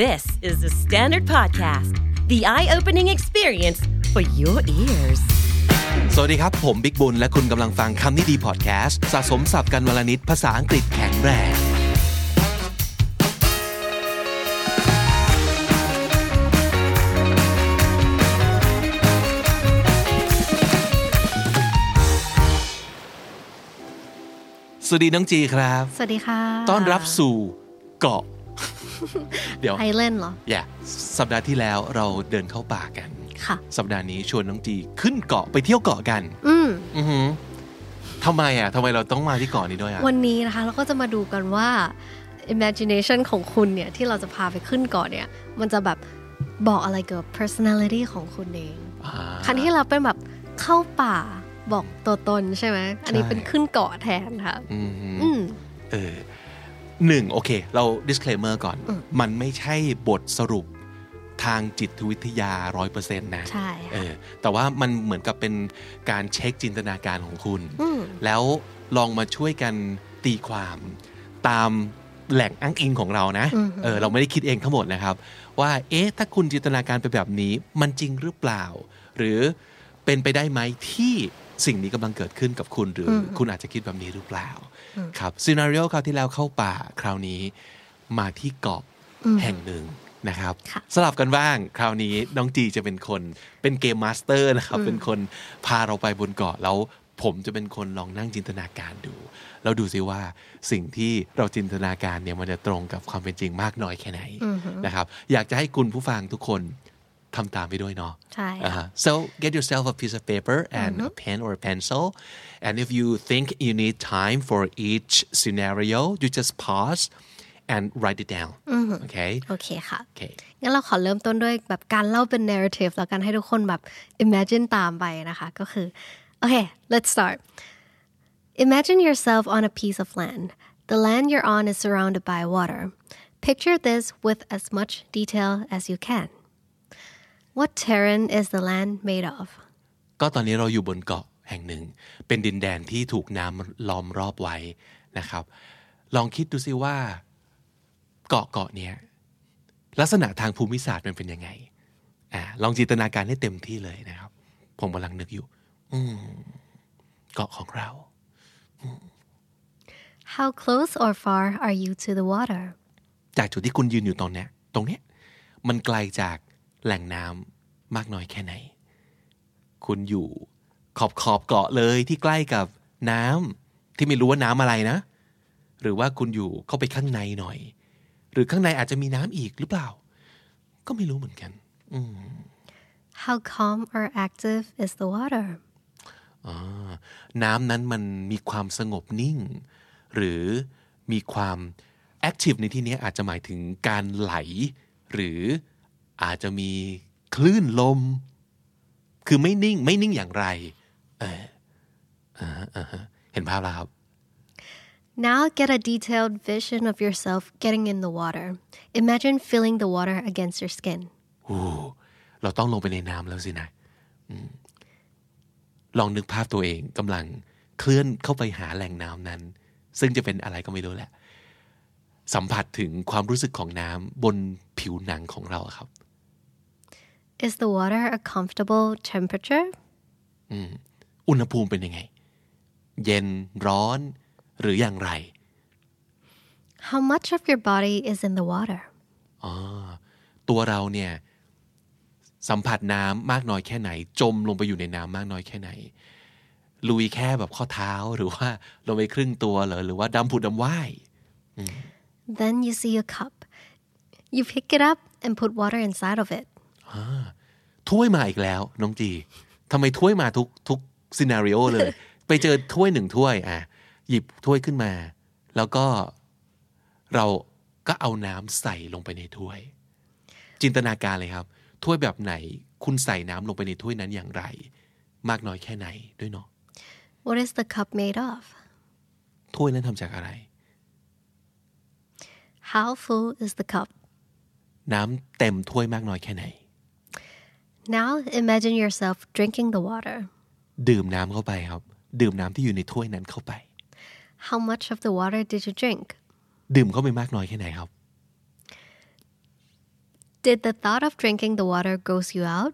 This is the Standard Podcast, the eye opening experience for your ears. สวัสดีครับ ผมบิ๊กบุญ และคุณกำลังฟังคำนี้ดีพอดแคสต์ สะสมสับกันวลนิดภาษาอังกฤษแข็งแรง สวัสดีน้องจีครับ สวัสดีค่ะ ต้อนรับสู่เกาะ เดี๋ยว ไอเล่นเหรอ อย่าสัปดาห์ที่แล้วเราเดินเข้าป่ากัน ค่ะ สัปดาห์นี้ชวนน้องจีขึ้นเกาะไปเที่ยวเกาะกัน อืม อือหือทำไมอ่ะทำไมเราต้องมาที่เกาะนี้ด้วยอ่ะ วันนี้นะคะเราก็จะมาดูกันว่า imagination ของคุณเนี่ย ที่เราจะพาไปขึ้นเกาะเนี่ย มันจะแบบบอกอะไรเกี่ยวกับ personality ของคุณเอง อ่า คันที่เราเป็นแบบเข้าป่าบอกตัวตนใช่ไหม อันนี้ ใช่ เป็นขึ้นเกาะแทนค่ะ อือหือ อืม เออหนึ่งโอเค เรา disclaimer ก่อน มันไม่ใช่บทสรุปทางจิตวิทยาร้อยเปอร์เซ็นต์นะ ใช่ค่ะ เออแต่ว่ามันเหมือนกับเป็นการเช็คจินตนาการของคุณ อืม แล้วลองมาช่วยกันตีความตามแหล่งอ้างอิงของเรานะ อือฮึ เออเราไม่ได้คิดเองทั้งหมดนะครับ ว่าเอ๊ะถ้าคุณจินตนาการไปแบบนี้มันจริงหรือเปล่า หรือเป็นไปได้ไหมที่สิ่งนี้กำลังเกิดขึ้นกับคุณหรืออคุณอาจจะคิดแบบนี้หรือเปล่า ครับซีนารีโอคราวที่แล้วเข้าป่าคราวนี้มาที่เกาะแห่งหนึ่งนะครับ ค่ะ สลับกันบ้างคราวนี้น้องจีจะเป็นคนเป็นเกมมาสเตอร์นะครับ เป็นคนพาเราไปบนเกาะแล้วผมจะเป็นคนลองนั่งจินตนาการดู แล้วดูซิว่าสิ่งที่เราจินตนาการเนี่ยมันจะตรงกับความเป็นจริงมากน้อยแค่ไหนนะครับ อยากจะให้คุณผู้ฟังทุกคนทำตามไปด้วยเนาะ ใช่ค่ะ Uh-huh. So get yourself a piece of paper and a pen or a pencil. And if you think you need time for each scenario, you just pause and write it down. Okay? โอเคค่ะ Okay. งั้นเราขอเริ่มต้นด้วยแบบการเล่าเป็น narrative แล้วกันให้ทุกคนแบบ imagine ตามไปนะคะ ก็คือ โอเค let's start imagine yourself on a piece of land the land you're on is surrounded by water picture this with as much detail as you can what terrain is the land made of ก็ตอนนี้เราอยู่บนเกาะแห่งหนึ่ง เป็นดินแดนที่ถูกน้ำล้อมรอบไว้นะครับ ลองคิดดูซิว่า เกาะเกาะเนี้ยลักษณะทางภูมิศาสตร์มันเป็นยังไงอ่าลองจินตนาการให้เต็มที่เลยนะครับ ผมกำลังนึกอยู่ อืมเกาะของเรา how close or far are you to the water จากจุดที่คุณยืนอยู่ตอนเนี้ยตรงเนี้ยมันไกลจากแหล่งน้ำมากน้อยแค่ไหน คุณอยู่ขอบขอบเกาะเลยที่ใกล้กับน้ำที่ไม่รู้ว่าน้ำอะไรนะ หรือว่าคุณอยู่เข้าไปข้างในหน่อย หรือข้างในอาจจะมีน้ำอีกหรือเปล่า ก็ไม่รู้เหมือนกัน how calm or active is the water อ่าน้ำนั้นมันมีความสงบนิ่ง หรือมีความแอคทีฟในที่นี้อาจจะหมายถึงการไหล หรืออาจจะมีคลื่นลม คือไม่นิ่งไม่นิ่งอย่างไรเอออ่าฮะอ่าฮะเห็นภาพแล้วครับ Now get a detailed vision of yourself getting in the water. Imagine feeling the water against your skin. โอ้เราต้องลงไปในน้ำแล้วสินะอืมลองนึกภาพตัวเองกำลังเคลื่อนเข้าไปหาแหล่งน้ำนั้น ซึ่งจะเป็นอะไรก็ไม่รู้แหละ สัมผัสถึงความรู้สึกของน้ำบนผิวหนังของเราอะครับ Is the water a comfortable temperature? อุณหภูมิเป็นยังไง เย็นร้อน หรืออย่างไร How much of your body is in the water? อ๋อตัวเราเนี่ย สัมผัสน้ำมากน้อยแค่ไหน จมลงไปอยู่ในน้ำมากน้อยแค่ไหน ลุยแค่แบบข้อเท้าหรือว่าลงไปครึ่งตัวเหรอหรือว่าดำผุดดำว่าย Then you see a cup. You pick it up and put water inside of it. ถ้วยมาอีกแล้ว น้องจีทำไมถ้วยมาทุกทุกซีนารีโอเลย ไปเจอถ้วยหนึ่งถ้วยอ่ะหยิบถ้วยขึ้นมา แล้วก็เราก็เอาน้ำใส่ลงไปในถ้วย จินตนาการเลยครับ ถ้วยแบบไหน คุณใส่น้ำลงไปในถ้วยนั้นอย่างไร มากน้อยแค่ไหนด้วยเนาะ What is the cup made of? ถ้วยนั้นทำจากอะไร How full is the cup? น้ำเต็มถ้วยมากน้อยแค่ไหน Now imagine yourself drinking the water. ดื่มน้ำเข้าไปครับ ดื่มน้ำที่อยู่ในถ้วยนั้นเข้าไป How much of the water did you drink? ดื่มเข้าไปมากน้อยแค่ไหนครับ Did the thought of drinking the water gross you out?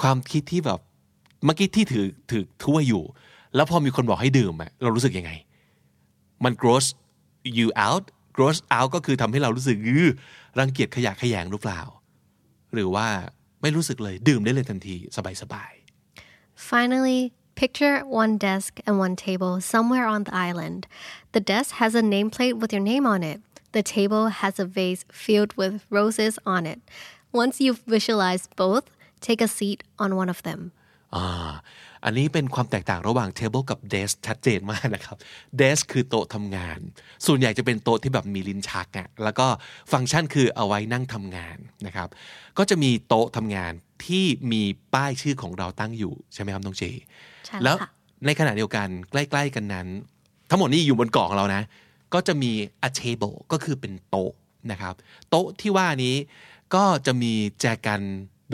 ความคิดที่แบบเมื่อกี้ที่ถือถือถ้วยอยู่ แล้วพอมีคนบอกให้ดื่มอะเรารู้สึกยังไง มัน gross you out gross out ก็คือทำให้เรารู้สึกยือรังเกียจขยะแขยงหรือเปล่า หรือว่าไม่รู้สึกเลยดื่มได้เลยทันทีสบาย Finally, picture one desk and one table somewhere on the island. The desk has a nameplate with your name on it. The table has a vase filled with roses on it. Once you've visualized both, take a seat on one of them. อ่าอันนี้เป็นความแตกต่างระหว่าง table กับ desk ชัดเจนมากนะครับ desk คือโต๊ะทำงาน ส่วนใหญ่จะเป็นโต๊ะที่แบบมีลิ้นชักอะแล้วก็ฟังก์ชันคือเอาไว้นั่งทำงานนะครับ ก็จะมีโต๊ะทำงานที่มีป้ายชื่อของเราตั้งอยู่ ใช่ไหมครับน้องเจ ใช่แล้ว แล้ว ค่ะ ในขณะเดียวกันใกล้ๆกันนั้น ทั้งหมดนี้อยู่บนกล่องของเรานะ ก็จะมี a table ก็คือเป็นโต๊ะนะครับ โต๊ะที่ว่านี้ก็จะมีแจกัน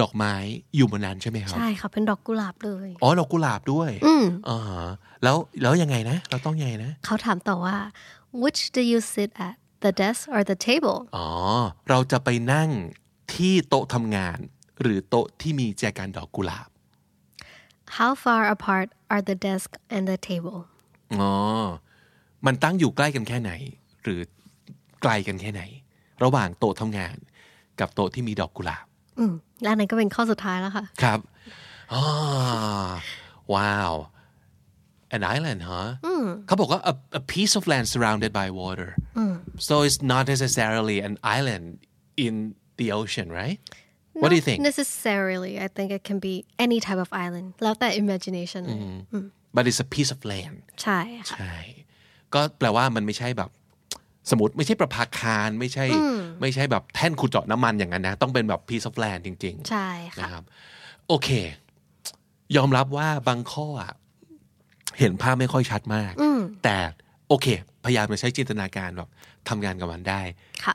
ดอกไม้อยู่บนนั้นใช่ไหมครับ ใช่ค่ะเป็นดอกกุหลาบเลย อ๋อดอกกุหลาบด้วยอ่าฮะแล้วแล้วยังไงนะ เราต้องยังไงนะ เขาถามต่อว่า which do you sit at the desk or the table อ๋อ เราจะไปนั่งที่โต๊ะทำงาน หรือโต๊ะที่มีแจกันดอกกุหลาบ how far apart are the desk and the table อ๋อ มันตั้งอยู่ใกล้กันแค่ไหน หรือไกลกันแค่ไหน ระหว่างโต๊ะทำงาน กับโต๊ะที่มีดอกกุหลาบ Hmm, อืมและอันนั้นก็เป็นข้อสุดท้ายแล้วค่ะ ครับอ๋อว้าว an island ฮะเขาบอกว่า a, a piece of land surrounded by water so it's not necessarily an island in the ocean right what do you think Not necessarily. I think it can be any type of island. แล้วแต่ imagination เลย Mm-hmm. but it's a piece of land ใช่ค่ะ ใช่ก็แปลว่ามันไม่ใช่แบบ สมมติไม่ใช่ประภาคารไม่ใช่ ไม่ใช่แบบแท่นขุดเจาะน้ำมันอย่างนั้นนะ ต้องเป็นแบบ piece of land จริง ๆ ใช่ค่ะ นะครับโอเค ยอมรับว่าบางข้ออะเห็นภาพไม่ค่อยชัดมาก แต่โอเค พยายามจะใช้จินตนาการแบบทำงานกับมันได้ ค่ะ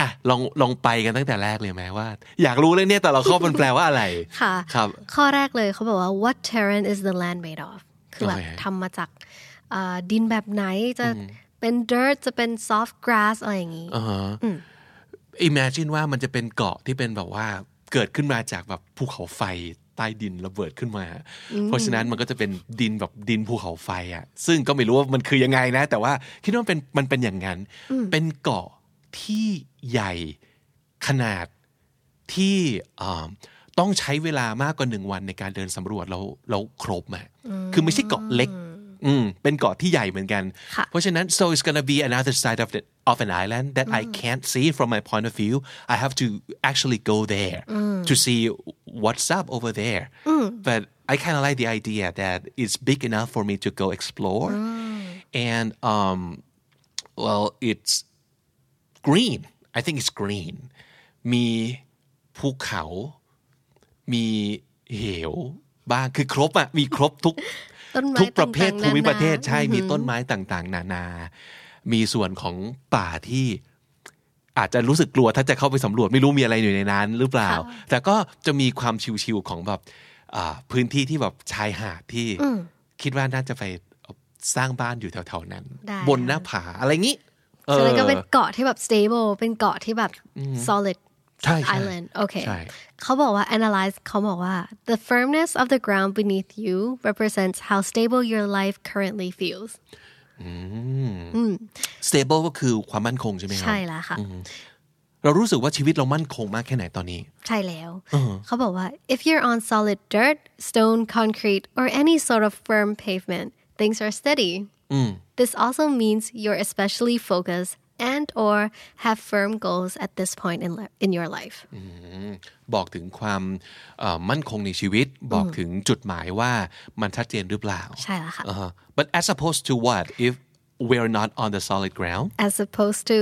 อ่ะลองลองไปกันตั้งแต่แรกเลยไหมว่า อยากรู้เลยเนี่ยแต่ละข้อมันแปลว่าอะไร ค่ะ ครับ ข้อแรกเลยเขาบอกว่า what terrain is the land made of คือแบบ โอเค ทำมาจากเอ่อดินแบบไหน จะ Mm-hmm. เป็น dirt จะเป็น soft grass อะไรอย่างนี้ imagine ว่ามันจะเป็นเกาะที่เป็นแบบว่าเกิดขึ้นมาจากแบบภูเขาไฟใต้ดินระเบิดขึ้นมา เพราะฉะนั้นมันก็จะเป็นดินแบบดินภูเขาไฟอ่ะ ซึ่งก็ไม่รู้ว่ามันคือยังไงนะ แต่ว่าคิดว่ามันเป็นมันเป็นอย่างนั้น เป็นเกาะที่ใหญ่ขนาดที่อ่าต้องใช้เวลามากกว่าหนึ่งวันในการเดินสำรวจแล้วแล้วครบอ่ะคือไม่ใช่เกาะเล็ก อืมเป็นเกาะที่ใหญ่เหมือนกัน ค่ะ เพราะฉะนั้น so it's gonna be another side of the of an island that I can't see from my point of view I have to actually go there to see what's up over there but I kind of like the idea that it's big enough for me to go explore and um well it's green I think it's green มีภูเขา มีเหวบ้างคือครบอะมีครบทุก ต้นไม้ ทุกประเภท ต่างๆ ภูมิประเทศ นานา ใช่ มีต้นไม้ต่างๆ นานา มีส่วนของป่าที่ อาจจะรู้สึกกลัวถ้าจะเข้าไปสำรวจไม่รู้มีอะไรอยู่ในนั้นหรือเปล่า แต่ก็จะมีความชิวๆของแบบอ่าพื้นที่ที่แบบชายหาดที่คิดว่าน่าจะไปสร้างบ้านอยู่แถวๆนั้น ได้ บนหน้าผาอะไรงี้เออ ฉะนั้นก็เป็นเกาะที่แบบ stable เป็นเกาะที่แบบ Mm-hmm. solid ใช่ใช่ island โอเค ใช่ เขาบอกว่า analyze เขาบอกว่า the firmness of the ground beneath you represents how stable your life currently feels stable ก็คือความมั่นคงใช่ไหมครั ใช่แล้วค่ะ เรารู้สึกว่าชีวิตเรามั่นคงมากแค่ไหนตอนนี้ ใช่แล้ว เขาบอกว่า if you're on solid dirt stone concrete or any sort of firm pavement things are steady Mm. this also means you're especially focused and or have firm goals at this point in li- in your life Mm. บอกถึงความเอ่อมั่นคงในชีวิต บอกถึงจุดหมายว่ามันชัดเจนหรือเปล่า ใช่แล้วค่ะ Uh-huh. But as opposed to what if we're not on the solid ground? as opposed to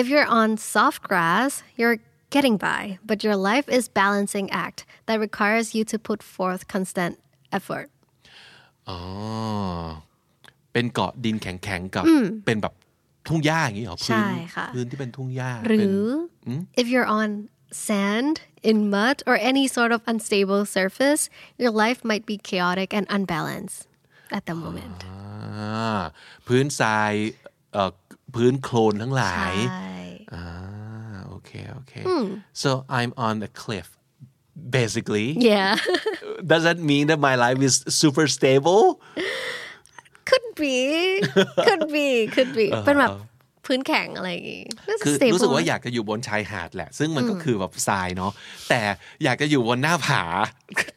if you're on soft grass you're getting by but your life is balancing act that requires you to put forth constant effort อ๋อ เป็นเกาะดินแข็งๆกับเป็นแบบทุ่งหญ้าอย่างนี้เหรอพื้น ใช่ค่ะ พื้นที่เป็นทุ่งหญ้า ห เป็ รื น อ Hmm? if you're on sand in mud or any sort of unstable surface your life might be chaotic and unbalanced at the moment อ่าพื้นทรายเอ่อพื้นโคลนทั้งหลาย ใช่ อ่าโอเค okay, okay. So I'm on a cliff, basically. Yeah. Does that mean that my life is super stable? could be could be could be Uh-huh. เป็นแบบพื้นแข็งอะไรอย่างงี้น่าจะ คือ stable รู้สึกว่า นะ อยากจะอยู่บนชายหาดแหละ ซึ่งมันก็คือแบบทรายเนาะแต่อยากจะอยู่บนหน้าผา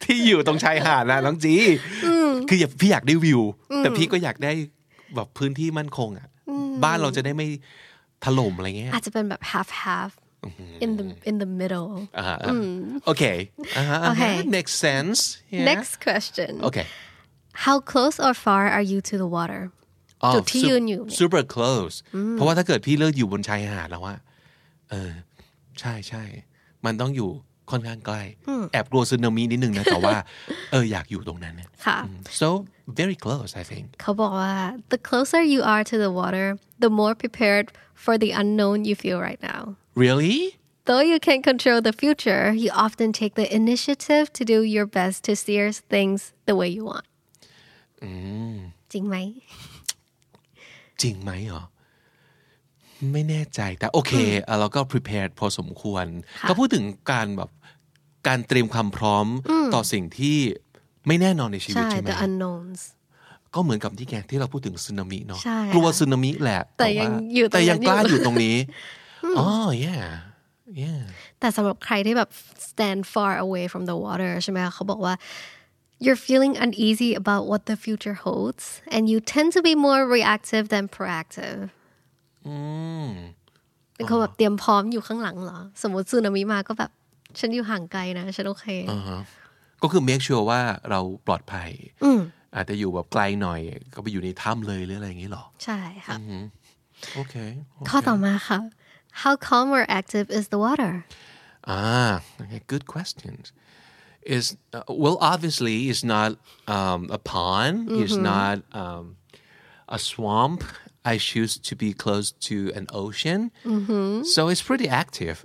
ที่อยู่ตรงชายหาดนะน้องจีคืออยากพี่อยากได้วิว แต่พี่ก็อยากได้แบบพื้นที่มั่นคงอ่ะบ้านเราจะได้ไม่ถล่มอะไรเงี้ย อาจจะเป็นแบบ half half Mm-hmm. in the in the middle อ่าโอเคอ่าฮะอ่าฮะ โอเค next sense Yeah. next question okay how close or far are you to the water อ๋อ จุดที่ sup- ยืนอยู่เนี่ย super close เพราะว่าถ้าเกิดพี่เลิกอยู่บนชายหาดแล้วอะเออ ใช่ใช่ มันต้องอยู่ค่อนข้างใกล้ แอบกลัวสึนามินิดนึงนะ แต่ว่า เออ อยากอยู่ตรงนั้นเนี่ย ค่ะ so very close I think เขาบอกว่า the closer you are to the water the more prepared for the unknown you feel right now really though you can control the future you often take the initiative to do your best to steer things the way you want จริงไหม จริงไหมเหรอ ไม่แน่ใจแต่โอเคเอ่อเราก็ prepared พอสมควร ก็พูดถึงการแบบการเตรียมความพร้อมต่อสิ่งที่ไม่แน่นอนในชีวิต ใช่ ใช่ไหม the unknowns ก็เหมือนกับที่แกที่เราพูดถึงสึนามิเนาะ ใช่ค่ะ กลัวสึนามิแหละ แต่ยัง ว่า อยู่ตรงนั้น แต่ยังกล้า ออยู่ยู่ตรง นี้อ๋อ yeah yeah แต่สำหรับใครที่แบบ stand far away from the water ใช่ไหมคะเขาบอกว่า you're feeling uneasy about what the future holds and you tend to be more reactive than proactive เป็นคนแบบเตรียมพ Hmm. ร้อมอยู่ข้างหลังเหรอ สมมติสึนามิมาก็แบบ ฉันอยู่ห่างไกลนะ ฉันโอเค ก็คือ make sure ว่าเราปลอดภัยอาจจะอยู่แบบไกลหน่อย ก็ไปอยู่ในถ้ำเลยหรืออะไรอย่างนี้เหรอ ใช่ค่ะ โอเค ข้อต่อมาค่ะ how calm or active is the water อ่า Ah, okay, good questions is uh, well obviously it's not um, a pond it's not um, a swamp I choose to be close to an ocean so it's pretty active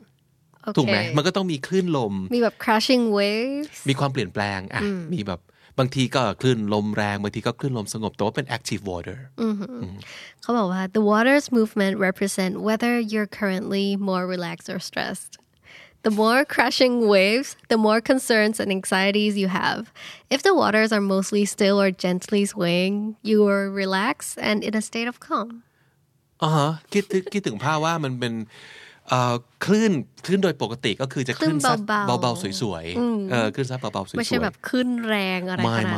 โอ ถูก เค ไหมมันก็ต้องมีคลื่นลม มีแบบ crashing waves มีความเปลี่ยนแปลงอ่ะมีแบบบางทีก็คลื่นลมแรงบางทีก็คลื่นลมสงบแต่ว่าเป็น active water เขาบอกว่า the water's movement represent whether you're currently more relaxed or stressed the more crashing waves the more concerns and anxieties you have if the waters are mostly still or gently swaying you are relaxed and in a state of calm อ๋อฮะคิดถึงคิดถึงภาพว่ามันเป็นเอ่อคลื่นคลื่นโดยปกติก็คือจะคลื่นซัด คลื่นเบาๆ เบาๆสวยๆเออคลื่นซัดเบาๆสวยๆ ไม่ใช่แบบขึ้นแรงอะไร ไม่ ขไม่นาดนั้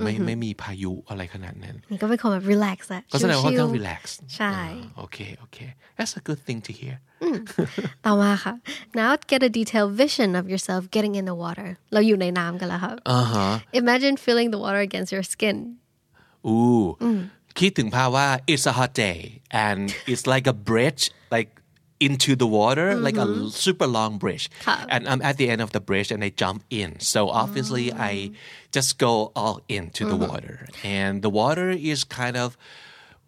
น ไม่ไม่ไม่มีพายุอะไรขนาดนั้น นี่ก็เป็นคนแบบ relax ah. อะ ก็แสดงว่าค่อนข้าง ชิลๆ relax Ah. ใช่ โอเคโอเค that's a good thing to hear ต่อมาค่ะ now get a detailed vision of yourself getting in the water เราอยู่ในน้ำกันแล้วค่ะ อ่าฮะ imagine feeling the water against your skin อู้คิดถึงภาพว่า it's a hot day and it's like a bridge like into the water like a super long bridge ค่ะ and I'm at the end of the bridge and I jump in so obviously I just go all into the water and the water is kind of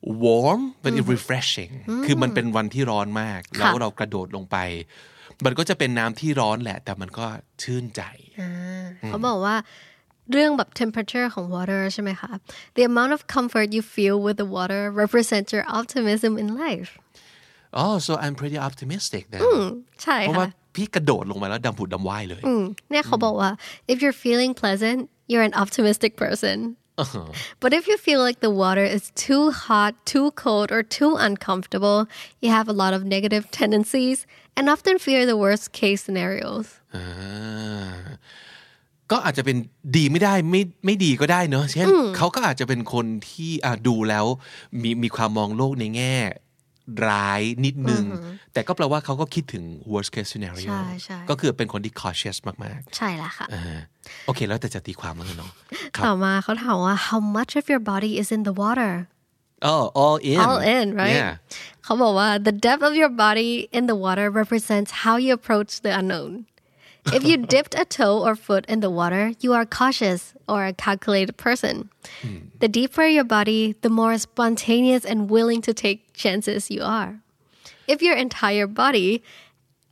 warm but it's refreshing คือมันเป็นวันที่ร้อนมาก แล้วเรากระโดดลงไป มันก็จะเป็นน้ำที่ร้อนแหละ แต่มันก็ชื่นใจ เขาบอกว่าเรื่องแบบ temperature ของ water ใช่ไหมคะ the amount of comfort you feel with the water represents your optimism in life oh so I'm pretty optimistic then ใช่ เพราะว่า ค่ะ พี่กระโดดลงมาแล้วดำผุดดำว่ายเลย เนี่ยเขาบอกว่า if you're feeling pleasant you're an optimistic person Uh-huh. but if you feel like the water is too hot too cold or too uncomfortable you have a lot of negative tendencies and often fear the worst case scenarios อ่าก็อาจจะเป็นดีไม่ได้ไม่ไม่ดีก็ได้เนอะเช่นเขาก็อาจจะเป็นคนที่อ่ะดูแล้ว มีมีความมองโลกในแง่ ร้ายนิดนึง แต่ก็แปลว่าเขาก็คิดถึง worst case scenario ใช่ใช่ ก็คือเป็นคนที่ cautious มาก ใช่ละค่ะ ๆอ่าโอเค แล้วแต่จะตีความแล้วกัน เนาะครับ ต่อมาเขาถามว่า how much of your body is in the water oh all in all in right yeah เขาบอกว่า the depth of your body in the water represents how you approach the unknown if you dipped a toe or foot in the water you are cautious or a calculated person the deeper your body the more spontaneous and willing to take chances you are if your entire body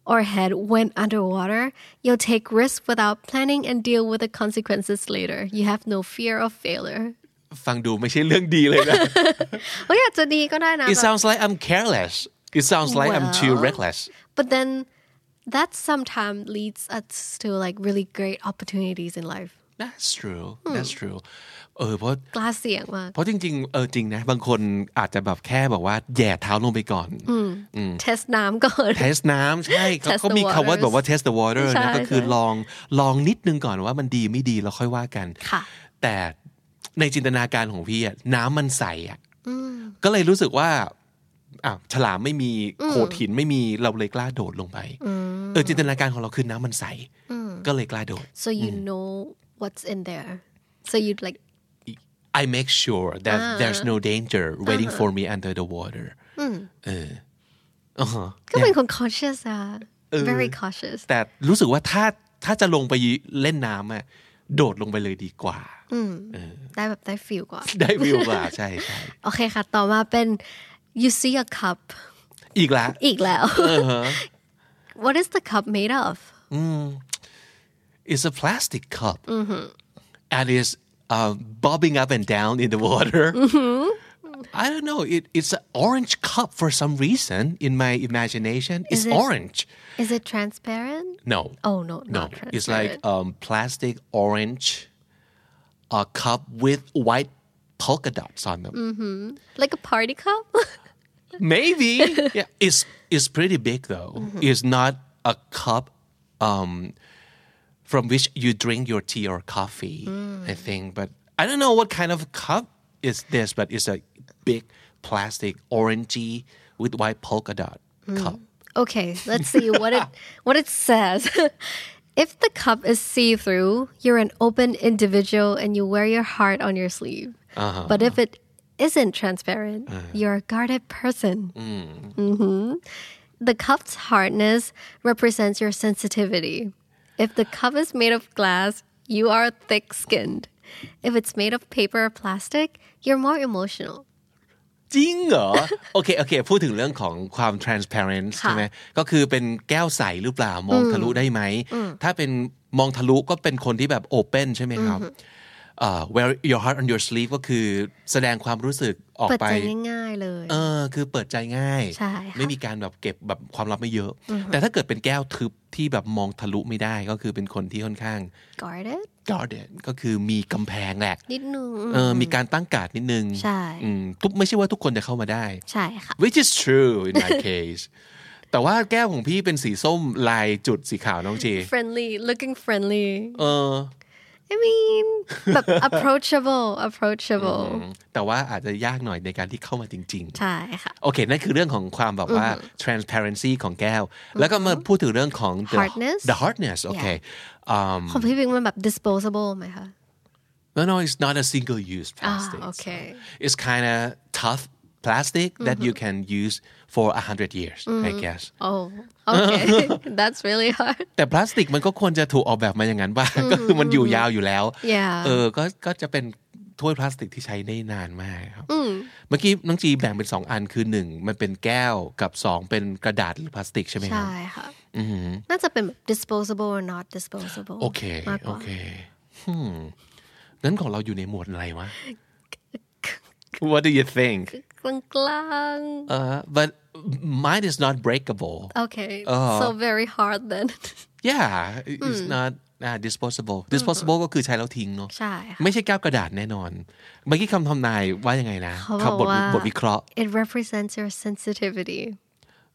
or head went underwater you'll take risks without planning and deal with the consequences later you have no fear of failure ฟังดูไม่ใช่เรื่องดี เลยนะ เฮ้ยอาจจะดีก็ได้นะ it sounds like I'm careless it sounds like I'm too Well. reckless but then that sometimes leads us to like really great opportunities in life. that's true that's true เออเพราะ กล้าเสี่ยงมาก เพราะจริงๆ เออจริงนะ บางคนอาจจะแบบแค่แบบว่าแหย่เท้าลงไปก่อน Mm. test น้ำก่อน เทสน้ำใช่เขา Test เขามี the คำว่า waters แบบว่า test the water ใช่ นะก็คือ ใช่ ลองลองนิดนึงก่อนว่ามันดีไม่ดีแล้วค่อยว่ากัน ค่ะ แต่ในจินตนาการของพี่อะน้ำมันใสอะก็เลยรู้สึกว่าอ่ะฉลามไม่มีโขดหินไม่มีเราเลยกล้าโดดลงไปเออจินตนาการของเราคือน้ำมันใสก็เลยกล้าโดด so you know what's in there so you like I make sure that there's no danger waiting for me under the water Uh. เอออ่าฮะ ก็เป็นคน cautious อะ Uh. very cautious แต่รู้สึกว่าถ้าถ้าจะลงไปเล่นน้ำอะโดดลงไปเลยดีกว่า ได้แบบได้ feel กว่า ได้วิวกว่าใช่ใช่ โอเคค่ะ ต่อมาเป็น you see a cup อีกละ อีกแล้ว Uh-huh. what is the cup made of it's a plastic cup and it's uh, bobbing up and down in the water I don't know it it's an orange cup for some reason in my imagination it's it- orange is it transparent no oh no no not transparent it's like um, plastic orange a cup with white polka dots on them like a party cup maybe yeah it's it's pretty big though it's not a cup um from which you drink your tea or coffee i think but i don't know what kind of cup is this but it's a big plastic orangey with white polka dot cup Okay, let's see what it what it says. if the cup is see-through, you're an open individual and you wear your heart on your sleeve. But if it isn't transparent, you're a guarded person. hmm The cup's hardness represents your sensitivity. If the cup is made of glass, you are thick-skinned. If it's made of paper or plastic, you're more emotional. จริงเหรอ โอเค โอเค พูดถึงเรื่องของความ transparent ใช่ไหมก็คือเป็นแก้วใสหรือเปล่ามองทะลุได้ไหม ถ้าเป็นมองทะลุก็เป็นคนที่แบบ open ใช่ไหมครับเอ่อ wear your heart on your sleeve ก็คือแสดงความรู้สึกออกไป เปิดใจง่ายๆเลย เออคือเปิดใจง่าย ใช่ค่ะ ไม่มีการแบบเก็บแบบความลับไม่เยอะ แต่ถ้าเกิดเป็นแก้วทึบที่แบบมองทะลุไม่ได้ก็คือเป็นคนที่ค่อนข้าง guarded guarded ก็คือมีกำแพงแหละ นิดนึง เออมีการตั้งการ์ดนิดนึง ใช่ อืมทุกไม่ใช่ว่าทุกคนจะเข้ามาได้ ใช่ค่ะ which is true in my case แต่ว่าแก้วของพี่เป็นสีส้มลายจุดสีขาวน้องจี friendly looking friendly เออ I mean แบบ approachable approachable แต่ว่าอาจจะยากหน่อยในการที่เข้ามาจริง ๆ ใช่ค่ะ โอเค นั่นคือเรื่องของความแบบว่า transparency ของแก้ว แล้วก็มาพูดถึงเรื่องของ the Hardness the hardness โอเค um ของพี่วิงมันแบบ disposable ไหมคะ Ah, no no it's not a single use อ่า plastic โอเค it's kind of tough plastic that you can use for a hundred years I guess oh okay that's really hard แต่พลาสติกมันก็ควรจะถูกออกแบบมาอย่างนั้นบ้าง ก็คือมันอยู่ยาวอยู่แล้ว Yeah เออ ก็ ก็จะเป็นถ้วยพลาสติกที่ใช้ได้นานมากครับ เมื่อกี้น้องจีแบ่งเป็นสองอันคือหนึ่งมันเป็นแก้วกับสองเป็นกระดาษหรือพลาสติกใช่ไหมครับ ใช่ค่ะน่าจะเป็นแบบ disposable or not disposable โอเค มากก โอ ว่า เคฮึมนั้นของเราอยู่ในหมวดอะไร วะ What do you think กลางกลางๆ uh, but mine is not breakable okay so very hard then yeah it's not uh, disposable disposable ก็คือใช้แล้วทิ้งเนาะ ใช่ค่ะ ไม่ใช่แก้วกระดาษแน่นอน เมื่อกี้คำทำนายว่ายังไงนะ เขา ครับ บบ อ ท กว่า บทวิเคราะห์ it represents your sensitivity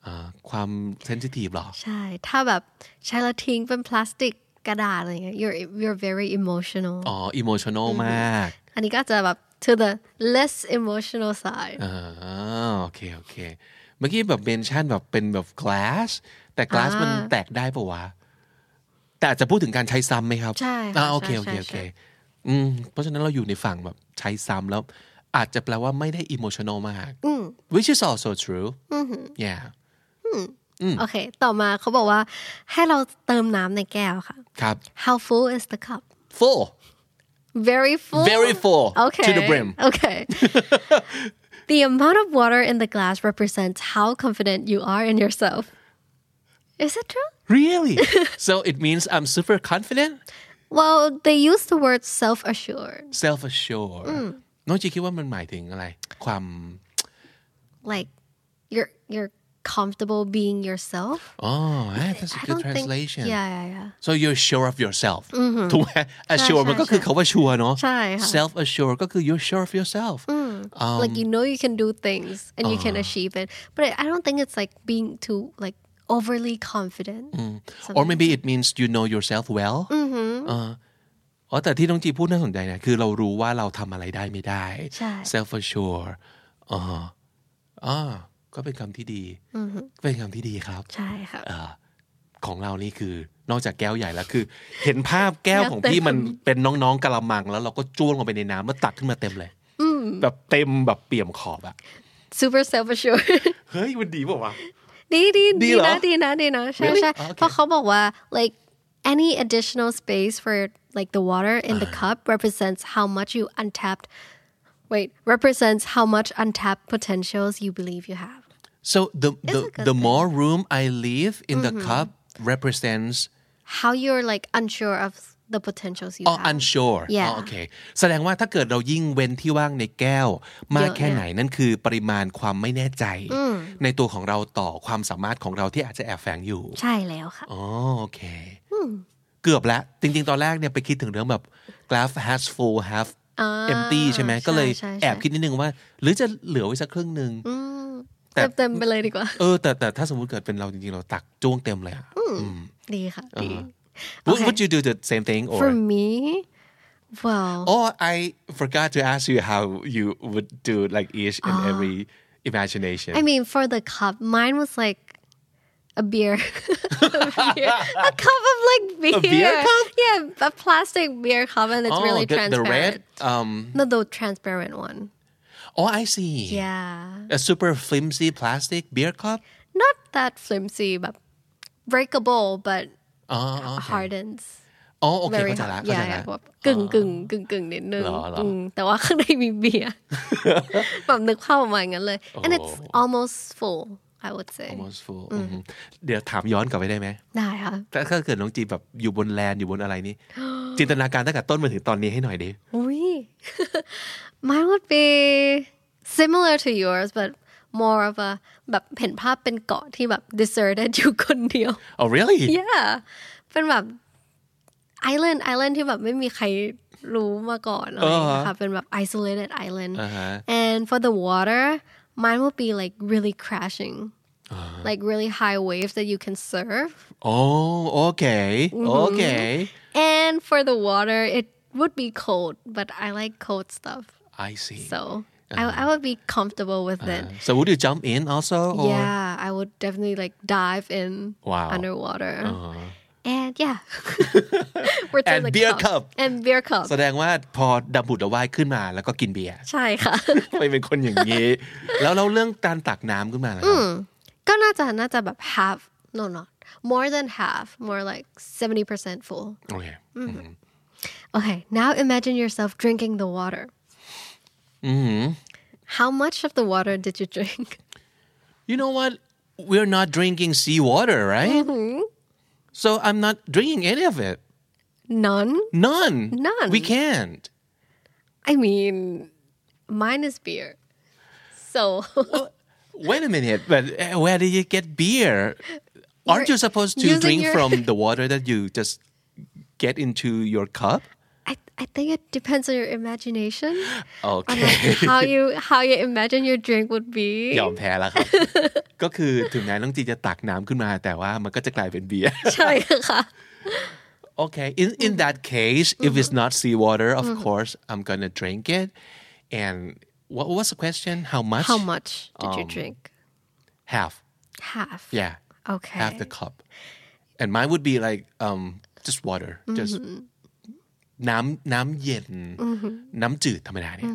อ่าความเซนซิทีฟหรอ ใช่ ถ้าแบบใช้แล้วทิ้งเป็นพลาสติกกระดาษอะไรเงี้ย you're you're very emotional อ๋ออิโมชันอลมาก อันนี้ก็จะแบบ to the less emotional side อ่าโอเค โอเค เมื่อกี้แบบเมนชั่นแบบเป็นแบบ glass แต่ glass มันแตกได้ปะวะ แต่อาจจะพูดถึงการใช้ซ้ำไหมครับ ใช่ค่ะ อ่าโอเค ใช่ โอเค ใช่ โอเค ใช่ อืมเพราะฉะนั้นเราอยู่ในฝั่งแบบใช้ซ้ำแล้ว อาจจะแปลว่าไม่ได้อิโมชันอลมาก which is also true yeah โอเค Mm. ต่อมาเขาบอกว่าให้เราเติมน้ำในแก้วค่ะ ครับ how full is the cup full very full very full okay to the brim okay the amount of water in the glass represents how confident you are in yourself is it true Really? so it means I'm super confident, well they use the word self assured self assured. น้องจีคิดว่ามันหมายถึงอะไร ความ like you're you're comfortable being yourself. Oh, yeah, that's a I good don't think. translation. Yeah, yeah, yeah. so you're sure of yourself ถูกไหม assure ใช่ มันก็คือคาว่า sure เนาะ ใช่ค่ะ self assure ก็คือ you're sure of yourself like you know you can do things and you can achieve it. But I don't think it's like being too like overly confident. or maybe it means you know yourself well อ่าอ๋อแต่ที่น้องจีพูดน่าสนใจนะคือเรารู้ว่าเราทำอะไรได้ไม่ได้ ใช่ self assure อ๋ออ่าก็เป็นคำที่ดี เป็นคำที่ดีครับ ใช่ค่ะ เอ่อของเรานี่คือนอกจากแก้วใหญ่แล้วคือ เห็นภาพแก้วของพี่มันเป็นน้องๆกะละมัง แล้วเราก็จ้วงลงไปในน้ำแล้วตักขึ้นมาเต็มเลยแบบเต็มแบบเปี่ยมขอบอะ super self assured เฮ้ยมันดีเปล่าวะ ดีดี ดี ดี เหรอ นะดีนะดีนะใช่ Really? ใช่ อ๋อโอเค เพราะเขาบอกว่า uh, like any additional space for like the water in the cup represents how much you untapped wait represents how much untapped potentials you believe you have so the the It's a good the more room I leave in the cup represents how you're like unsure of the potentials you อ๋อ have unsure อ๋ Yeah. อโอเคแสดงว่าถ้าเกิดเรายิ่งเว้นที่ว่างในแก้ว มากแค่ไหนนั่นคือปริมาณความไม่แน่ใจ ในตัวของเราต่อความสามารถของเราที่อาจจะแอบแฝงอยู่ ใช่แล้วค่ะ อ๋อโอเคเกือบแล้ว จริง ๆ ตอนแรกเนี่ยไปคิดถึงเรื่องแบบ glass half full half empty ใช่ไหม ใช่ ก็เลย ใช่ใช่ แอบคิดนิดนึงว่า หรือจะเหลือไว้สักครึ่งหนึ่ง แต่ เต็มเต็มๆไปเลยดีก ว่า เออแต่แต่ถ้าสมมติเกิดเป็นเราจริง ๆ เราตักจ้วงเต็มเลยอะ ดีค่ะดี Would- โอเค Would you do the same thing or for me well Oh I forgot to ask you how you would do like each and every imagination I mean, for the cup, mine was like a beer, a, beer. a cup of like beer. A beer cup? Yeah, a plastic beer cup, and it's Oh, really the, the transparent. red um No, the transparent one. Oh I see Yeah, a super flimsy plastic beer cup not that flimsy, but breakable, but Oh oh hardens. oh โอเค Very เข้าใจละ hard. เข้าใจ Yeah, ละ yeah. แบบกึ่ง Oh. กึ่งกึ่งกึ่งนิดนึง เหรอเหรอ อืมแต่ว่า ข้างในมีเบี ยร์ แบบนึกภาพออกมาอย่างนั้นเลย and it's โอ้ almost full I would say almost full อืมเดี๋ยวถามย้อนกลับไปได้ไหม ได้ค่ะ ถ้าถ้าเกิดน้องจีแบบอยู่บนแลนด์อยู่บนอะไรนี่ จินตนาการตั้งแต่ต้นมาถึงตอนนี้ให้หน่อยดิ We, mine would be similar to yours, but more of a แบบเห็นภาพเป็นเกาะที่แบบ deserted อยู่คนเดียว oh really yeah เป็นแบบ island island ที่แบบไม่มีใครรู้มาก่อนอะไรอย่างเงี้ยค่ะเป็นแบบ isolated island อ่าฮะ and for the water mine would be like really crashing like really high waves that you can surf oh okay okay and for the water it would be cold but I like cold stuff I see So Uh-huh. I, I would be comfortable with it. so would you jump in also or Yeah, I would definitely like dive in Wow. Uh-huh. underwater. And yeah. We're And like beer cup. And beer cup. แสดงว่าพอดำบุดดำว่ายขึ้นมาแล้วก็กินเบียร์ ใช่ค่ะ ไม่เป็นคนอย่างนี้ แล้วเราเรื่องการตักน้ำขึ้นมาล่ะครับ ก็น่าจะน่าจะแบบ half no not more than half more like 70% full โอเค Okay now imagine yourself drinking the water Mm-hmm. How much of the water did you drink you know what we're not drinking sea water right so I'm not drinking any of it None none None. we can't I mean mine is beer so Wait a minute, but uh, where did you get beer? Aren't you supposed to using drink your- from the water that you just get into your cup? I, I think it depends on your imagination on like Okay. how you how you imagine your drink would be ย อมแพ้แล้วครับ ก็คือถึงแม้น้องจีจะตักน้ำขึ้นมา แต่ว่ามันก็จะกลายเป็นเบียร์ ใช่ค่ะ Okay. In in that case, if it's Mm-hmm. not seawater, of course, I'm gonna drink it. And what was the question? How much? Um, how much did you drink Half. half Yeah. okay half the cup and mine would be like um just water just น้ำน้ำเย็นน้ำจืดธรรมดาเนี่ย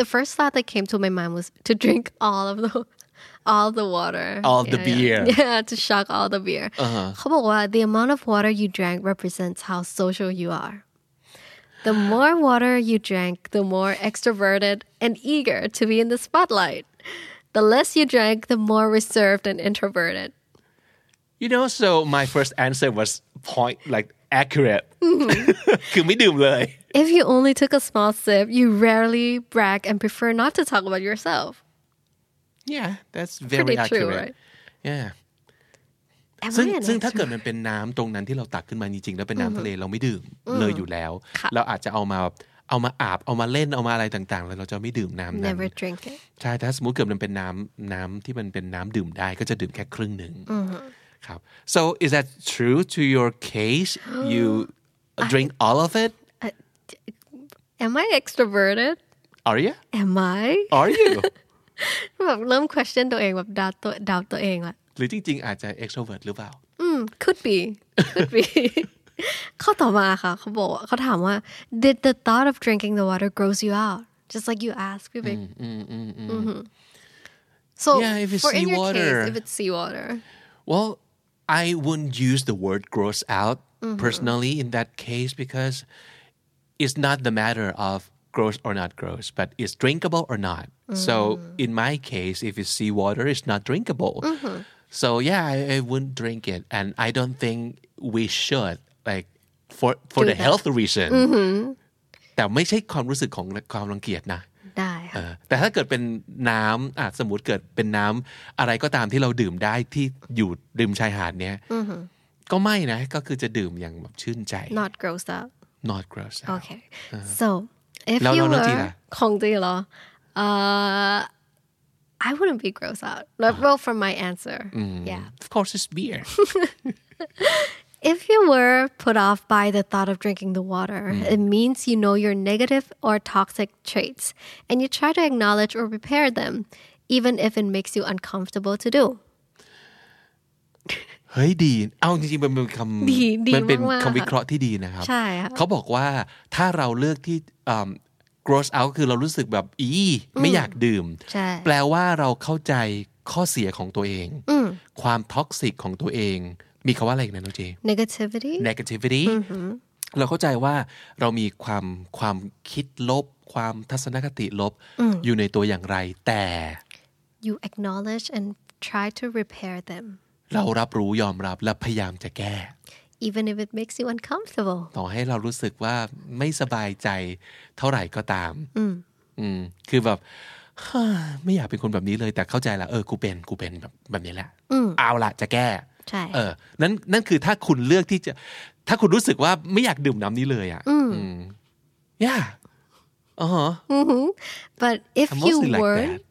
the first thought that came to my mind was to drink all of the all the water All the Yeah, beer. Uh-huh. yeah, yeah to shock all the beer เขาบอกว่า the amount of water you drank represents how social you are the more water you drank the more extroverted and eager to be in the spotlight the less you drank the more reserved and introverted you know so my first answer was point like accurate คือไม่ดื่มเลย if you only took a small sip you rarely brag and prefer not to talk about yourself yeah that's very Pretty true, accurate right? yeah แต่ ซึ่ ว่าง เนี่ยนะ ซึ่งถ้าเกิดมันเป็นน้ำตรงนั้นที่เราตักขึ้นมาจริงๆ แล้วเป็นน้ำทะเลเราไม่ดื่มเลยอยู่แล้ว ค่ะ เราอาจจะเอามาเอามาอาบเอามาเล่นเอามาอะไรต่างๆ แล้วเราจะไม่ดื่มน้ำนั้น never drink it ใช่ถ้าสมมติเกิดมันเป็นน้ำน้ำที่มันเป็นน้ำดื่มได้ก็จะดื่มแค่ครึ่งหนึ่งครับ so is that true to your case you drink all of it am I extroverted are you am I are you แบบเริ่ม question ตัวเองแบบ doubt ตัว doubt ตัวเองละ หรือจริงๆ อาจจะ extrovert หรือเปล่า could be could be ข้อต่อมาค่ะเขาบอกว่าเขาถามว่า did the thought of drinking the water gross you out just like you asked พี่เบก so Yeah, if it's for in your seawater. case if it's seawater Well, I wouldn't use the word gross out personally in that case because it's not the matter of gross or not gross, but it's drinkable or not. So in my case, if it's seawater, it's not drinkable. So yeah, I, I wouldn't drink it, and I don't think we should like for for the that. health reason. แต่ไม่ใช่ความรู้สึกของความรังเกียจนะ ได้ เอ ค่ะ อแต่ถ้าเกิดเป็นน้ำอ่ะสมมติเกิดเป็นน้ำอะไรก็ตามที่เราดื่มได้ที่อยู่ริมชายหาดเนี้ยก็ไม่นะ ก็คือจะดื่มอย่างแบบชื่นใจ not gross out not gross out Okay. So if No, you no, no, were Tina. Kong Law, uh, I wouldn't be gross out. But well, from my answer, yeah. of course it's beer If you were put off by the thought of drinking the water, Mm. it means you know your negative or toxic traits, and you try to acknowledge or repair them, even if it makes you uncomfortable to do. เฮ้ยดี เอาจริงๆมันเป็นคำ ดีดี มันเป็น มากๆ คำวิเคราะห์ที่ดีนะครับ ใช่ค่ะ เขาบอกว่าถ้าเราเลือกที่อ่า gross out ก็คือเรารู้สึกแบบอีไม่อยากดื่ม ใช่ แปลว่าเราเข้าใจข้อเสียของตัวเอง ความท็อกซิกของตัวเอง มีคำว่าอะไรอีกนะน้องเจ Negativity. negativity เราเข้าใจว่าเรามีความความคิดลบ ความทัศนคติลบอยู่ในตัวอย่างไร แต่ you acknowledge and try to repair them, เรารับรู้ยอมรับและพยายามจะแก้ even if it makes you uncomfortable. ต่อให้เรารู้สึกว่าไม่สบายใจเท่าไหร่ก็ตามอืมคือแบบ ฮ่าไม่อยากเป็นคนแบบนี้เลยแต่เข้าใจละเออกูเป็นกูเป็นแบบแบบนี้แหละเอาละจะแก้ ใช่ เออนั่นนั่นคือถ้าคุณเลือกที่จะ ถ้าคุณรู้สึกว่าไม่อยากดื่มน้ำนี้เลยอ่ะอืม yeah อ๋อ Mm-hmm. But if I'm you mostly like weren't,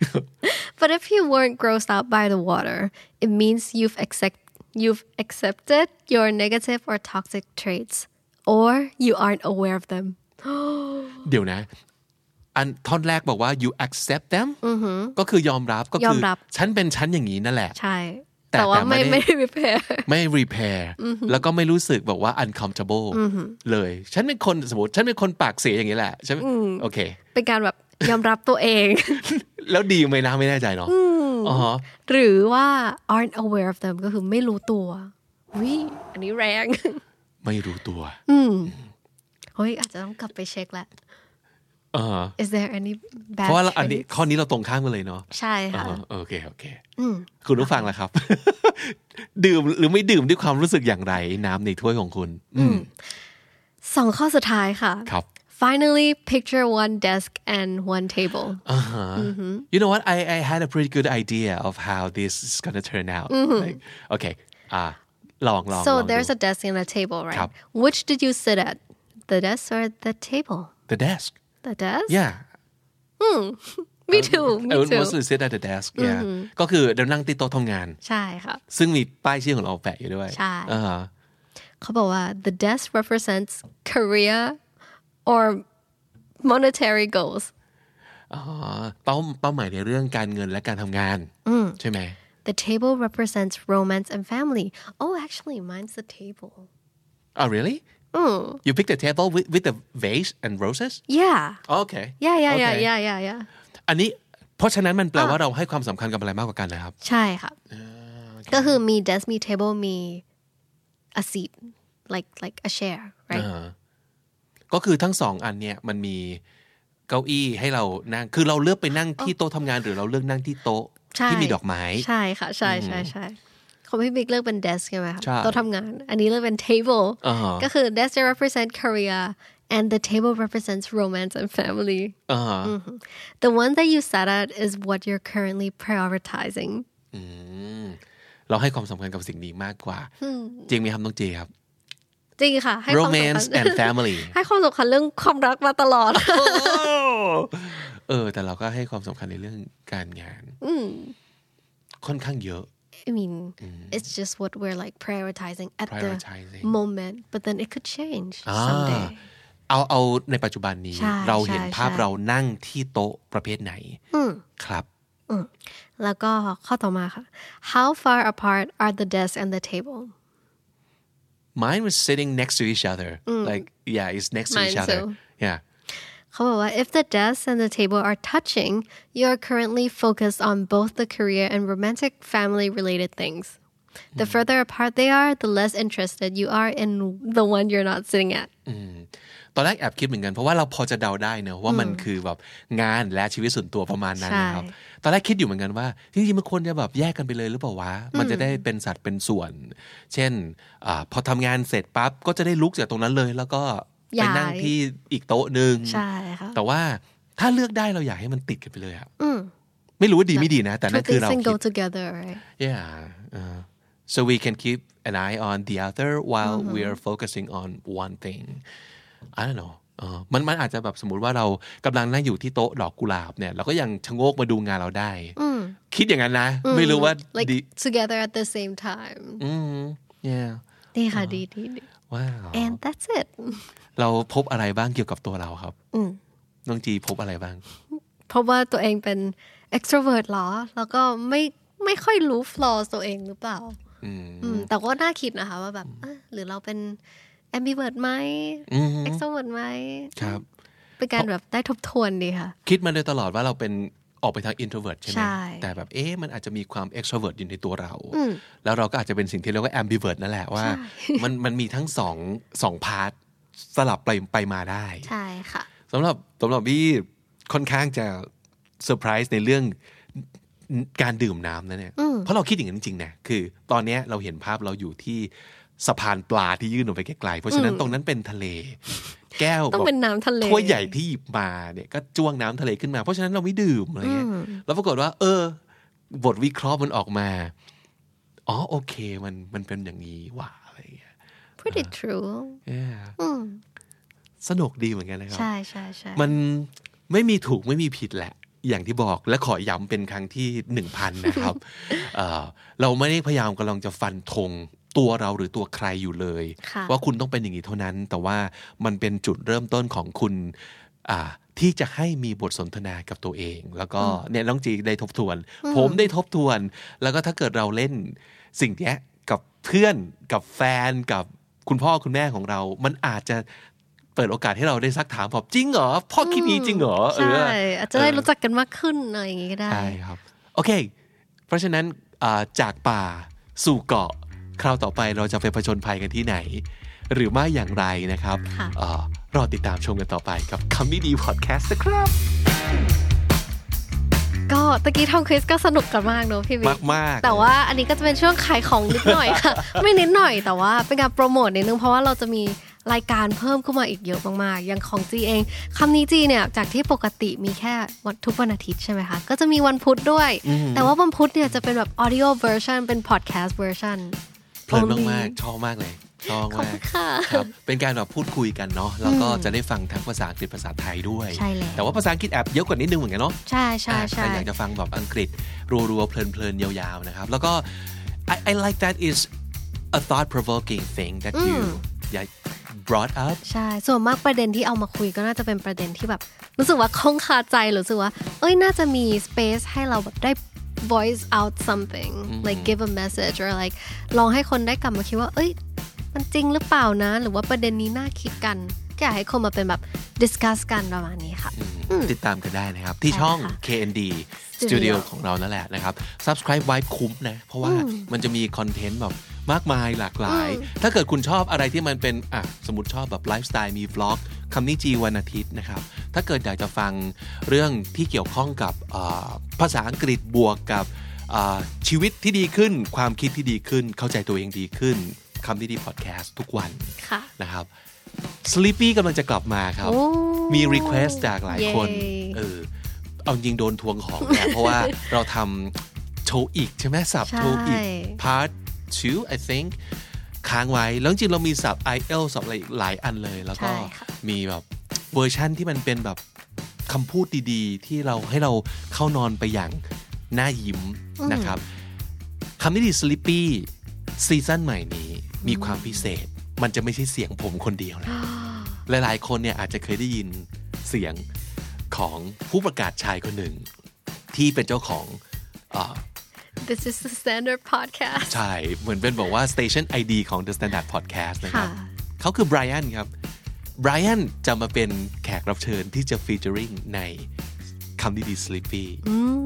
but if you weren't grossed out by the water, it means you've accept you've accepted your negative or toxic traits, or you aren't aware of them. เดี๋ยวนะ อันท่อนแรกบอกว่า you accept them ก็คือยอมรับก็คื ยอมรับ ฉันเป็นฉันอย่างนี้นั่นแหละ ใช่ แต่ แต่ว่า แต่ไม่ ไม่- ได้ ไม่ได้ repair ไม่ repair แล้วก็ไม่รู้สึกแบบว่า uncomfortable เลย ฉันเป็นคนสมมติ ฉันเป็นคนปากเสียอย่างนี้แหละฉันโอเค เป็นการแบบยอมรับตัวเอง แล้วดีไหมนะไม่แน่ใจเนาะอ๋อฮะ หรือว่า aren't aware of them ก็คือไม่รู้ตัวอุ๊ยอันนี้แรง ไม่รู้ตัว เฮ้ยอาจจะต้องกลับไปเช็คละ อ่าฮะ Is there any เพ bad ราะว่าเราอันนี้ traits? ข้อนี้เราตรงข้ามกันเลยเนาะ ใช่ค่ะ อ่าโอเค โอเค คุณผู้ฟังล่ะครับ ดื่มหรือไม่ดื่มด้วยความรู้สึกอย่างไร น้ำในถ้วยของคุณ อืม สองข้อสุดท้ายค่ะ ครับ Finally picture one desk and one table you know what I I had a pretty good idea of how this is gonna turn out like okay อ่าลองลอง so ลองดู there's a desk and a table ครั right บ which did you sit at the desk or the table the desk the desk yeah me too me I would too mostly sit at the desk yeah ก็คือเรานั่งที่โต๊ะทำงาน ใช่ค่ะ ซึ่งมีป้ายชื่อของเราแปะอยู่ด้วย ใช่ อ่าฮะ เขาบอกว่า the desk represents career or monetary goals อ๋อเป้าเป้าหมายในเรื่องการเงินและการทำงานใช่ไหม the table represents romance and family oh actually mine's the table Oh, really? You picked a table with, with a vase and roses? yeah Oh, okay. yeah yeah yeah Okay. yeah yeah yeah อันนี้เพราะฉะนั้นมันแปลว่าเราให้ความสำคัญกับอะไรมากกว่ากันนะครับ ใช่ค่ะก็คือมี desk มี table มี a seat like like a chair right ก็คือทั้งสองอันเนี่ยมันมีเก้าอี้ให้เรานั่ง คือเราเลือกไปนั่งที่โต๊ะทำงาน หรือเราเลือกนั่งที่โต๊ะ ใช่ ที่มีดอกไม้ ใช่ค่ะ ใช่ใช่ใช่ของพี่บิ๊กเลือกเป็น desk ใช่ไหมคะ ใช่ โต๊ะทำงาน อันนี้เลือกเป็น table อ่าฮะ ก็คือ desk จะ represent career and the table represents romance and family. อ่าฮะ The one that you sat at is what you're currently prioritizing. เราให้ความสำคัญกับสิ่งนี้มากกว่า จริงไหมครับน้องเจครับ จริงค่ะให้ความสำคัญ romance and family ให้ความสำคัญเรื่องความรักมาตลอด เออ แต่เราก็ให้ความสำคัญในเรื่องการงานค่อนข้างเยอะ I mean, it's just what we're like prioritizing at Prioritizing. the moment, but then it could change อ่า someday. เอาเอาในปัจจุบันนี้ ใช่ เราเห็น ใช่ ภาพ ใช่ เรานั่งที่โต๊ะประเภทไหนครับ แล้วก็ข้อต่อมาค่ะ How far apart are the desk and the table? mine was sitting next to each other like yeah it's next to each Mine other too. yeah เขาบอกว่า if the desk and the table are touching, you are currently focused on both the career and romantic family related things. The further apart they are, the less interested you are in the one you're not sitting at. ตอนแรกแอบคิดเหมือนกัน เพราะว่าเราพอจะเดาได้เนอะว่ามันคือแบบงานและชีวิตส่วนตัวประมาณนั้นนะครับ ใช่ ตอนแรกคิดอยู่เหมือนกันว่าจริงๆมันควรจะแบบแยกกันไปเลยหรือเปล่าวะ มันจะได้เป็นสัดเป็นส่วน เช่นอาพอทำงานเสร็จปั๊บก็จะได้ลุกจากตรงนั้นเลย แล้วก็ไปนั่งที่อีกโต๊ะหนึ่ง ใช่ค่ะ แต่ว่าถ้าเลือกได้เราอยากให้มันติดกันไปเลยอะไม่รู้ว่าดีไม่ดีนะ แต่ Two นั่นคือ things เรา can คิ go ด together, right? yeah uh, so we can keep an eye on the other while we are focusing on one thing I don't know เออมันมันอาจจะแบบสมมติว่าเรากำลังนั่งอยู่ที่โต๊ะดอกกุหลาบเนี่ยเราก็ยังชะโงกมาดูงานเราได้ คิดอย่างนั้นนะ ไม่รู้ว่า Mm, Like ดี together at the same time. อืม yeah ดีค่ะดีดีดี ว้าว and that's it เราพบอะไรบ้างเกี่ยวกับตัวเราครับน้องจีพบอะไรบ้าง Mm. เพราะว่าตัวเองเป็น extrovert เหรอ แล้วก็ไม่ไม่ค่อยรู้ flaws ตัวเองหรือเปล่า อืม แต่ก็น่าคิดนะคะว่าแบบเอ้อหรือเราเป็น ambivert ไหม extrovert ไหม ครับ เป็นการแบบได้ทบทวนดีค่ะ คิดมาโดยตลอดว่าเราเป็นออกไปทาง introvert ใช่ไหม ใช่ แต่แบบเอ๊ะมันอาจจะมีความ extrovert อยู่ในตัวเรา แล้วเราก็อาจจะเป็นสิ่งที่เรียกว่า ambivert นั่นแหละว่า มันมันมีทั้งสองสองพาร์ทสลับไปไปมาได้ ใช่ค่ะ สำหรับสำหรับพี่ค่อนข้างจะเซอร์ไพรส์ในเรื่องการดื่มน้ำนะเนี่ย เพราะเราคิดอย่างนั้นจริงๆนะคือ ตอนเนี้ยเราเห็นภาพเราอยู่ที่สะพานปลาที่ยื่นออกไปไกลๆเพราะฉะนั้นตรงนั้นเป็นทะเล แก้ว ต้อง แบบ เป็นน้ำทะเล ถ้วยใหญ่ที่หยิบมาเนี่ยก็จ้วงน้ำทะเลขึ้นมา เพราะฉะนั้นเราไม่ดื่มอะไรเงี้ยแล้วปรากฏว่า เออ บทวิเคราะห์มันออกมา อ๋อโอเคมันมันเป็นอย่างนี้ว่ะอะไรเงี้ย pretty true Yeah สนุกดีเหมือนกันนะครับ ใช่ใช่ใช่ มันไม่มีถูกไม่มีผิดแหละ อย่างที่บอกและขอย้ำเป็นครั้งที่หนึ่งพัน นะครับ เอ่อเราไม่ได้พยายามกำลังจะฟันธงตัวเราหรือตัวใครอยู่เลย ค่ะ ว่าคุณต้องเป็นอย่างนี้เท่านั้น แต่ว่ามันเป็นจุดเริ่มต้นของคุณอ่าที่จะให้มีบทสนทนากับตัวเอง แล้วก็เนี่ยน้องจีได้ทบทวน ผมได้ทบทวน แล้วก็ถ้าเกิดเราเล่นสิ่งเนี้ยกับเพื่อนกับแฟนกับคุณพ่อคุณแม่ของเรา มันอาจจะเปิดโอกาสให้เราได้ซักถามแบบจริงเหรอพ่อคิดนี้จริงเหรอ ใช่ เ อาจจะได้รู้จักกันมากขึ้นอะไรอย่างงี้ก็ได้ ใช่ครับ โอเค เพราะฉะนั้นอ่าจากป่าสู่เกาะ คราวต่อไปเราจะไปผจญภัยกันที่ไหน หรือไม่อย่างไรนะครับ ค่ะ เอ่อรอติดตามชมกันต่อไปกับคำนี้ดีพอดแคสต์นะครับ ก็ตะกี้ทำควิสก็สนุกกันมากเนอะพี่วิก มากๆ แต่ว่าอันนี้ก็จะเป็นช่วงขายของนิดหน่อยค่ะ ไม่นิดหน่อยแต่ว่าเป็นการโปรโมทนิดนึงเพราะว่าเราจะมีรายการเพิ่มขึ้นมาอีกเยอะมากๆอย่างของจีเองคำนี้จีเนี่ยจากที่ปกติมีแค่วันทุกวันอาทิตย์ใช่ไหมคะก็จะมีวันพุธด้วย แต่ว่าวันพุธเนี่ยจะเป็นแบบ audio version เป็น podcast version เพลิน only มาก ๆ ชอบมากเลย ชอบ ขอบ มา คุ ก ณค่ะ ครับ เป็นการแบบพูดคุยกันเนาะ แล้วก็จะได้ฟังทั้งภาษาอังกฤษภาษาไทยด้วย ใช่แล้ว แต่ว่าภาษาอังกฤษแอบเยอะกว่านิดนึงเหมือนกันเนาะ ใช่ใช่ อ่ะ ใช่ ถ้าอยากจะฟังแบบอังกฤษรัวๆเพลินๆยาวๆนะครับ แล้วก็ I, I like that is a thought provoking thing that you yeah, brought up ใช่ ส่วนมากประเด็นที่เอามาคุยก็น่าจะเป็นประเด็นที่แบบ รู้สึกว่าคงคาใจหรือรู้สึกว่า เอ้ยน่าจะมี space ให้เราแบบได้ voice out something like give a message or like ลองให้คนได้กลับมาคิดว่า เอ้ย มันจริงหรือเปล่านะ หรือว่าประเด็นนี้น่าคิดกัน ก็อยากให้คนมาเป็นแบบ discuss กันประมาณนี้ค่ะ ติดตามกันได้นะครับ ที่ช่อง ใช่ค่ะ KND Studio Studio ของเรานั่นแหละนะครับ subscribe ไว้คุ้มนะ เพราะว่ามันจะมีคอนเทนต์แบบมากมายหลากหลาย ถ้าเกิดคุณชอบอะไรที่มันเป็น อ่ะ สมมติชอบแบบไลฟ์สไตล์มีบล็อกคำนี้จีวันอาทิตย์นะครับ ถ้าเกิดอยากจะฟังเรื่องที่เกี่ยวข้องกับเอ่อภาษาอังกฤษบวกกับเอ่อชีวิตที่ดีขึ้น ความคิดที่ดีขึ้น เข้าใจตัวเองดีขึ้นคำนี้ดีพอดแคสต์ทุกวัน ค่ะ นะครับ Sleepy กำลังจะกลับมาครับ โอ้ มี Request จากหลายคน เย้ เออ เอายิงโดนทวงของ เนี่ย เพราะว่าเราทำโชว์อีกใช่ไหมสับ ใช่ โชว์อีก Part 2 I think ค้างไว้ แล้วจริงๆเรามีสับ IL สับอะไรอีกหลายอันเลย แล้วก็ ใช่ค่ะ มีแบบเวอร์ชั่นที่มันเป็นแบบคำพูดดีๆ ที่เราให้เราเข้านอนไปอย่างน่ายิ้มนะครับ คำนี้ดี Sleepy ซีซั่นใหม่นี้มีความพิเศษ มันจะไม่ใช่เสียงผมคนเดียวนะ หลายๆ คนเนี่ยอาจจะเคยได้ยินเสียงของผู้ประกาศชายคนหนึ่ง ที่เป็นเจ้าของเอ่อ This is the standard podcast ใช่เหมือนเป็นบอกว่า Station ID ของ The Standard Podcast นะครับ ค่ะ เขาคือไบรอันครับไบรอันจะมาเป็นแขกรับเชิญที่จะฟีเจอริงในคำดีดี Sleepy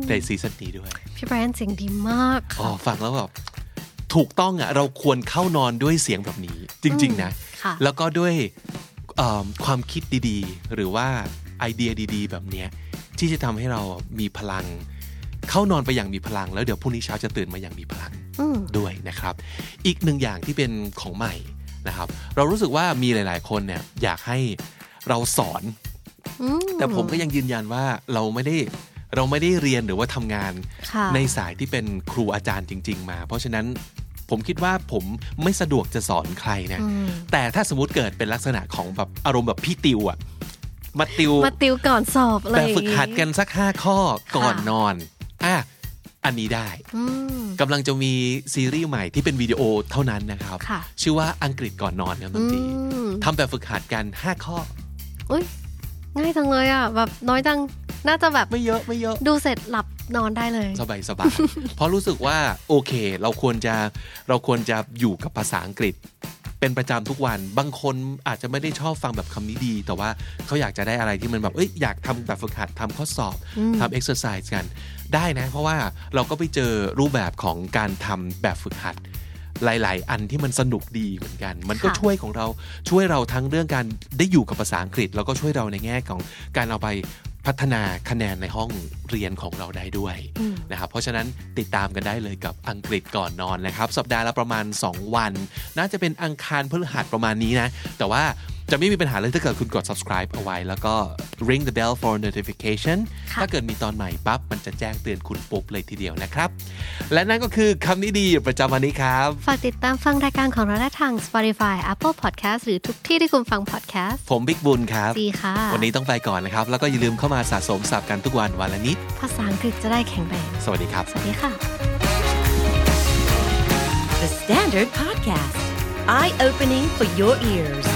ในซีซั่นนี้ด้วย พี่แบรนด์เสียงดีมาก อ๋อ ค่ะ ฟังแล้วแบบถูกต้องอ่ะเราควรเข้านอนด้วยเสียงแบบนี้ จริง ๆ นะ ค่ะ แล้วก็ด้วยเอิ่มความคิดดีๆ หรือว่าไอเดียดีๆ แบบเนี้ยที่จะทำให้เรามีพลัง เข้านอนไปอย่างมีพลัง แล้วเดี๋ยวพรุ่งนี้เช้าจะตื่นมาอย่างมีพลังด้วยนะครับ อีกหนึ่งอย่างที่เป็นของใหม่นะครับ เรารู้สึกว่ามีหลาย ๆ คนเนี่ยอยากให้เราสอน อืม แต่ผมก็ยังยืนยันว่าเราไม่ได้เราไม่ได้เรียนหรือว่าทำงาน ค่ะ ในสายที่เป็นครูอาจารย์จริง ๆ มา เพราะฉะนั้นผมคิดว่าผมไม่สะดวกจะสอนใครนะ แต่ถ้าสมมติเกิดเป็นลักษณะของแบบอารมณ์แบบพี่ติวอะมาติว มาติวก่อนสอบอะไรอ แต่ ย่างงี้ ฝึกหัดกันสัก 5 ข้อก่อน ค่ะ นอนอ่ะอันนี้ได้ อืม กำลังจะมีซีรีส์ใหม่ที่เป็นวิดีโอเท่านั้นนะครับ ค่ะ ชื่อว่าอังกฤษก่อนนอนครับน้องจี อืม ทำแบบฝึกหัดกัน 5 ข้อ อุ้ยง่ายจังเลยอ่ะ แบบน้อยจัง น่าจะแบบ ไม่เยอะไม่เยอะ ดูเสร็จหลับนอนได้เลย สบายสบาย เพราะรู้สึกว่าโอเค เราควรจะเราควรจะอยู่กับภาษาอังกฤษ เป็นประจำทุกวัน บางคนอาจจะไม่ได้ชอบฟังแบบคำนี้ดี แต่ว่าเขาอยากจะได้อะไรที่มันแบบเอ้ยอยากทำแบบฝึกหัดทำข้อสอบทำเอ็กซ์ s e ไซส์กันได้นะ เพราะว่าเราก็ไปเจอรูปแบบของการทำแบบฝึกหัด หลาย ๆ อันที่มันสนุกดีเหมือนกัน มันก็ ค่ะ ช่วยของเราช่วยเราทั้งเรื่องการได้อยู่กับภาษาอังกฤษ แล้วก็ช่วยเราในแง่ของการเอาไปพัฒนาคะแนนในห้องเรียนของเราได้ด้วยนะครับ เพราะฉะนั้นติดตามกันได้เลยกับอังกฤษก่อนนอนนะครับ สัปดาห์ละประมาณ 2 วัน น่าจะเป็นอังคารพฤหัสประมาณนี้นะ แต่ว่าจะไม่มีปัญหาเลยถ้าเกิดคุณกด subscribe เอาไว้ แล้วก็ ring the bell for notification ค่ะ ถ้าเกิดมีตอนใหม่ปั๊บมันจะแจ้งเตือนคุณปุ๊บเลยทีเดียวนะครับ และนั่นก็คือคำนี้ดีประจำวันนี้ครับ ฝากติดตามฟังรายการของเราได้ทาง Spotify Apple Podcast หรือทุกที่ที่คุณฟัง podcast ผมบิ๊กบุญครับ ดีค่ะ วันนี้ต้องไปก่อนนะครับ แล้วก็อย่าลืมเข้ามาสะสมศัพท์กันทุกวันวันละนิด ภาษาอังกฤษจะได้แข็งแรง สวัสดีครับ สวัสดีค่ะ The Standard Podcast, eye opening for your ears.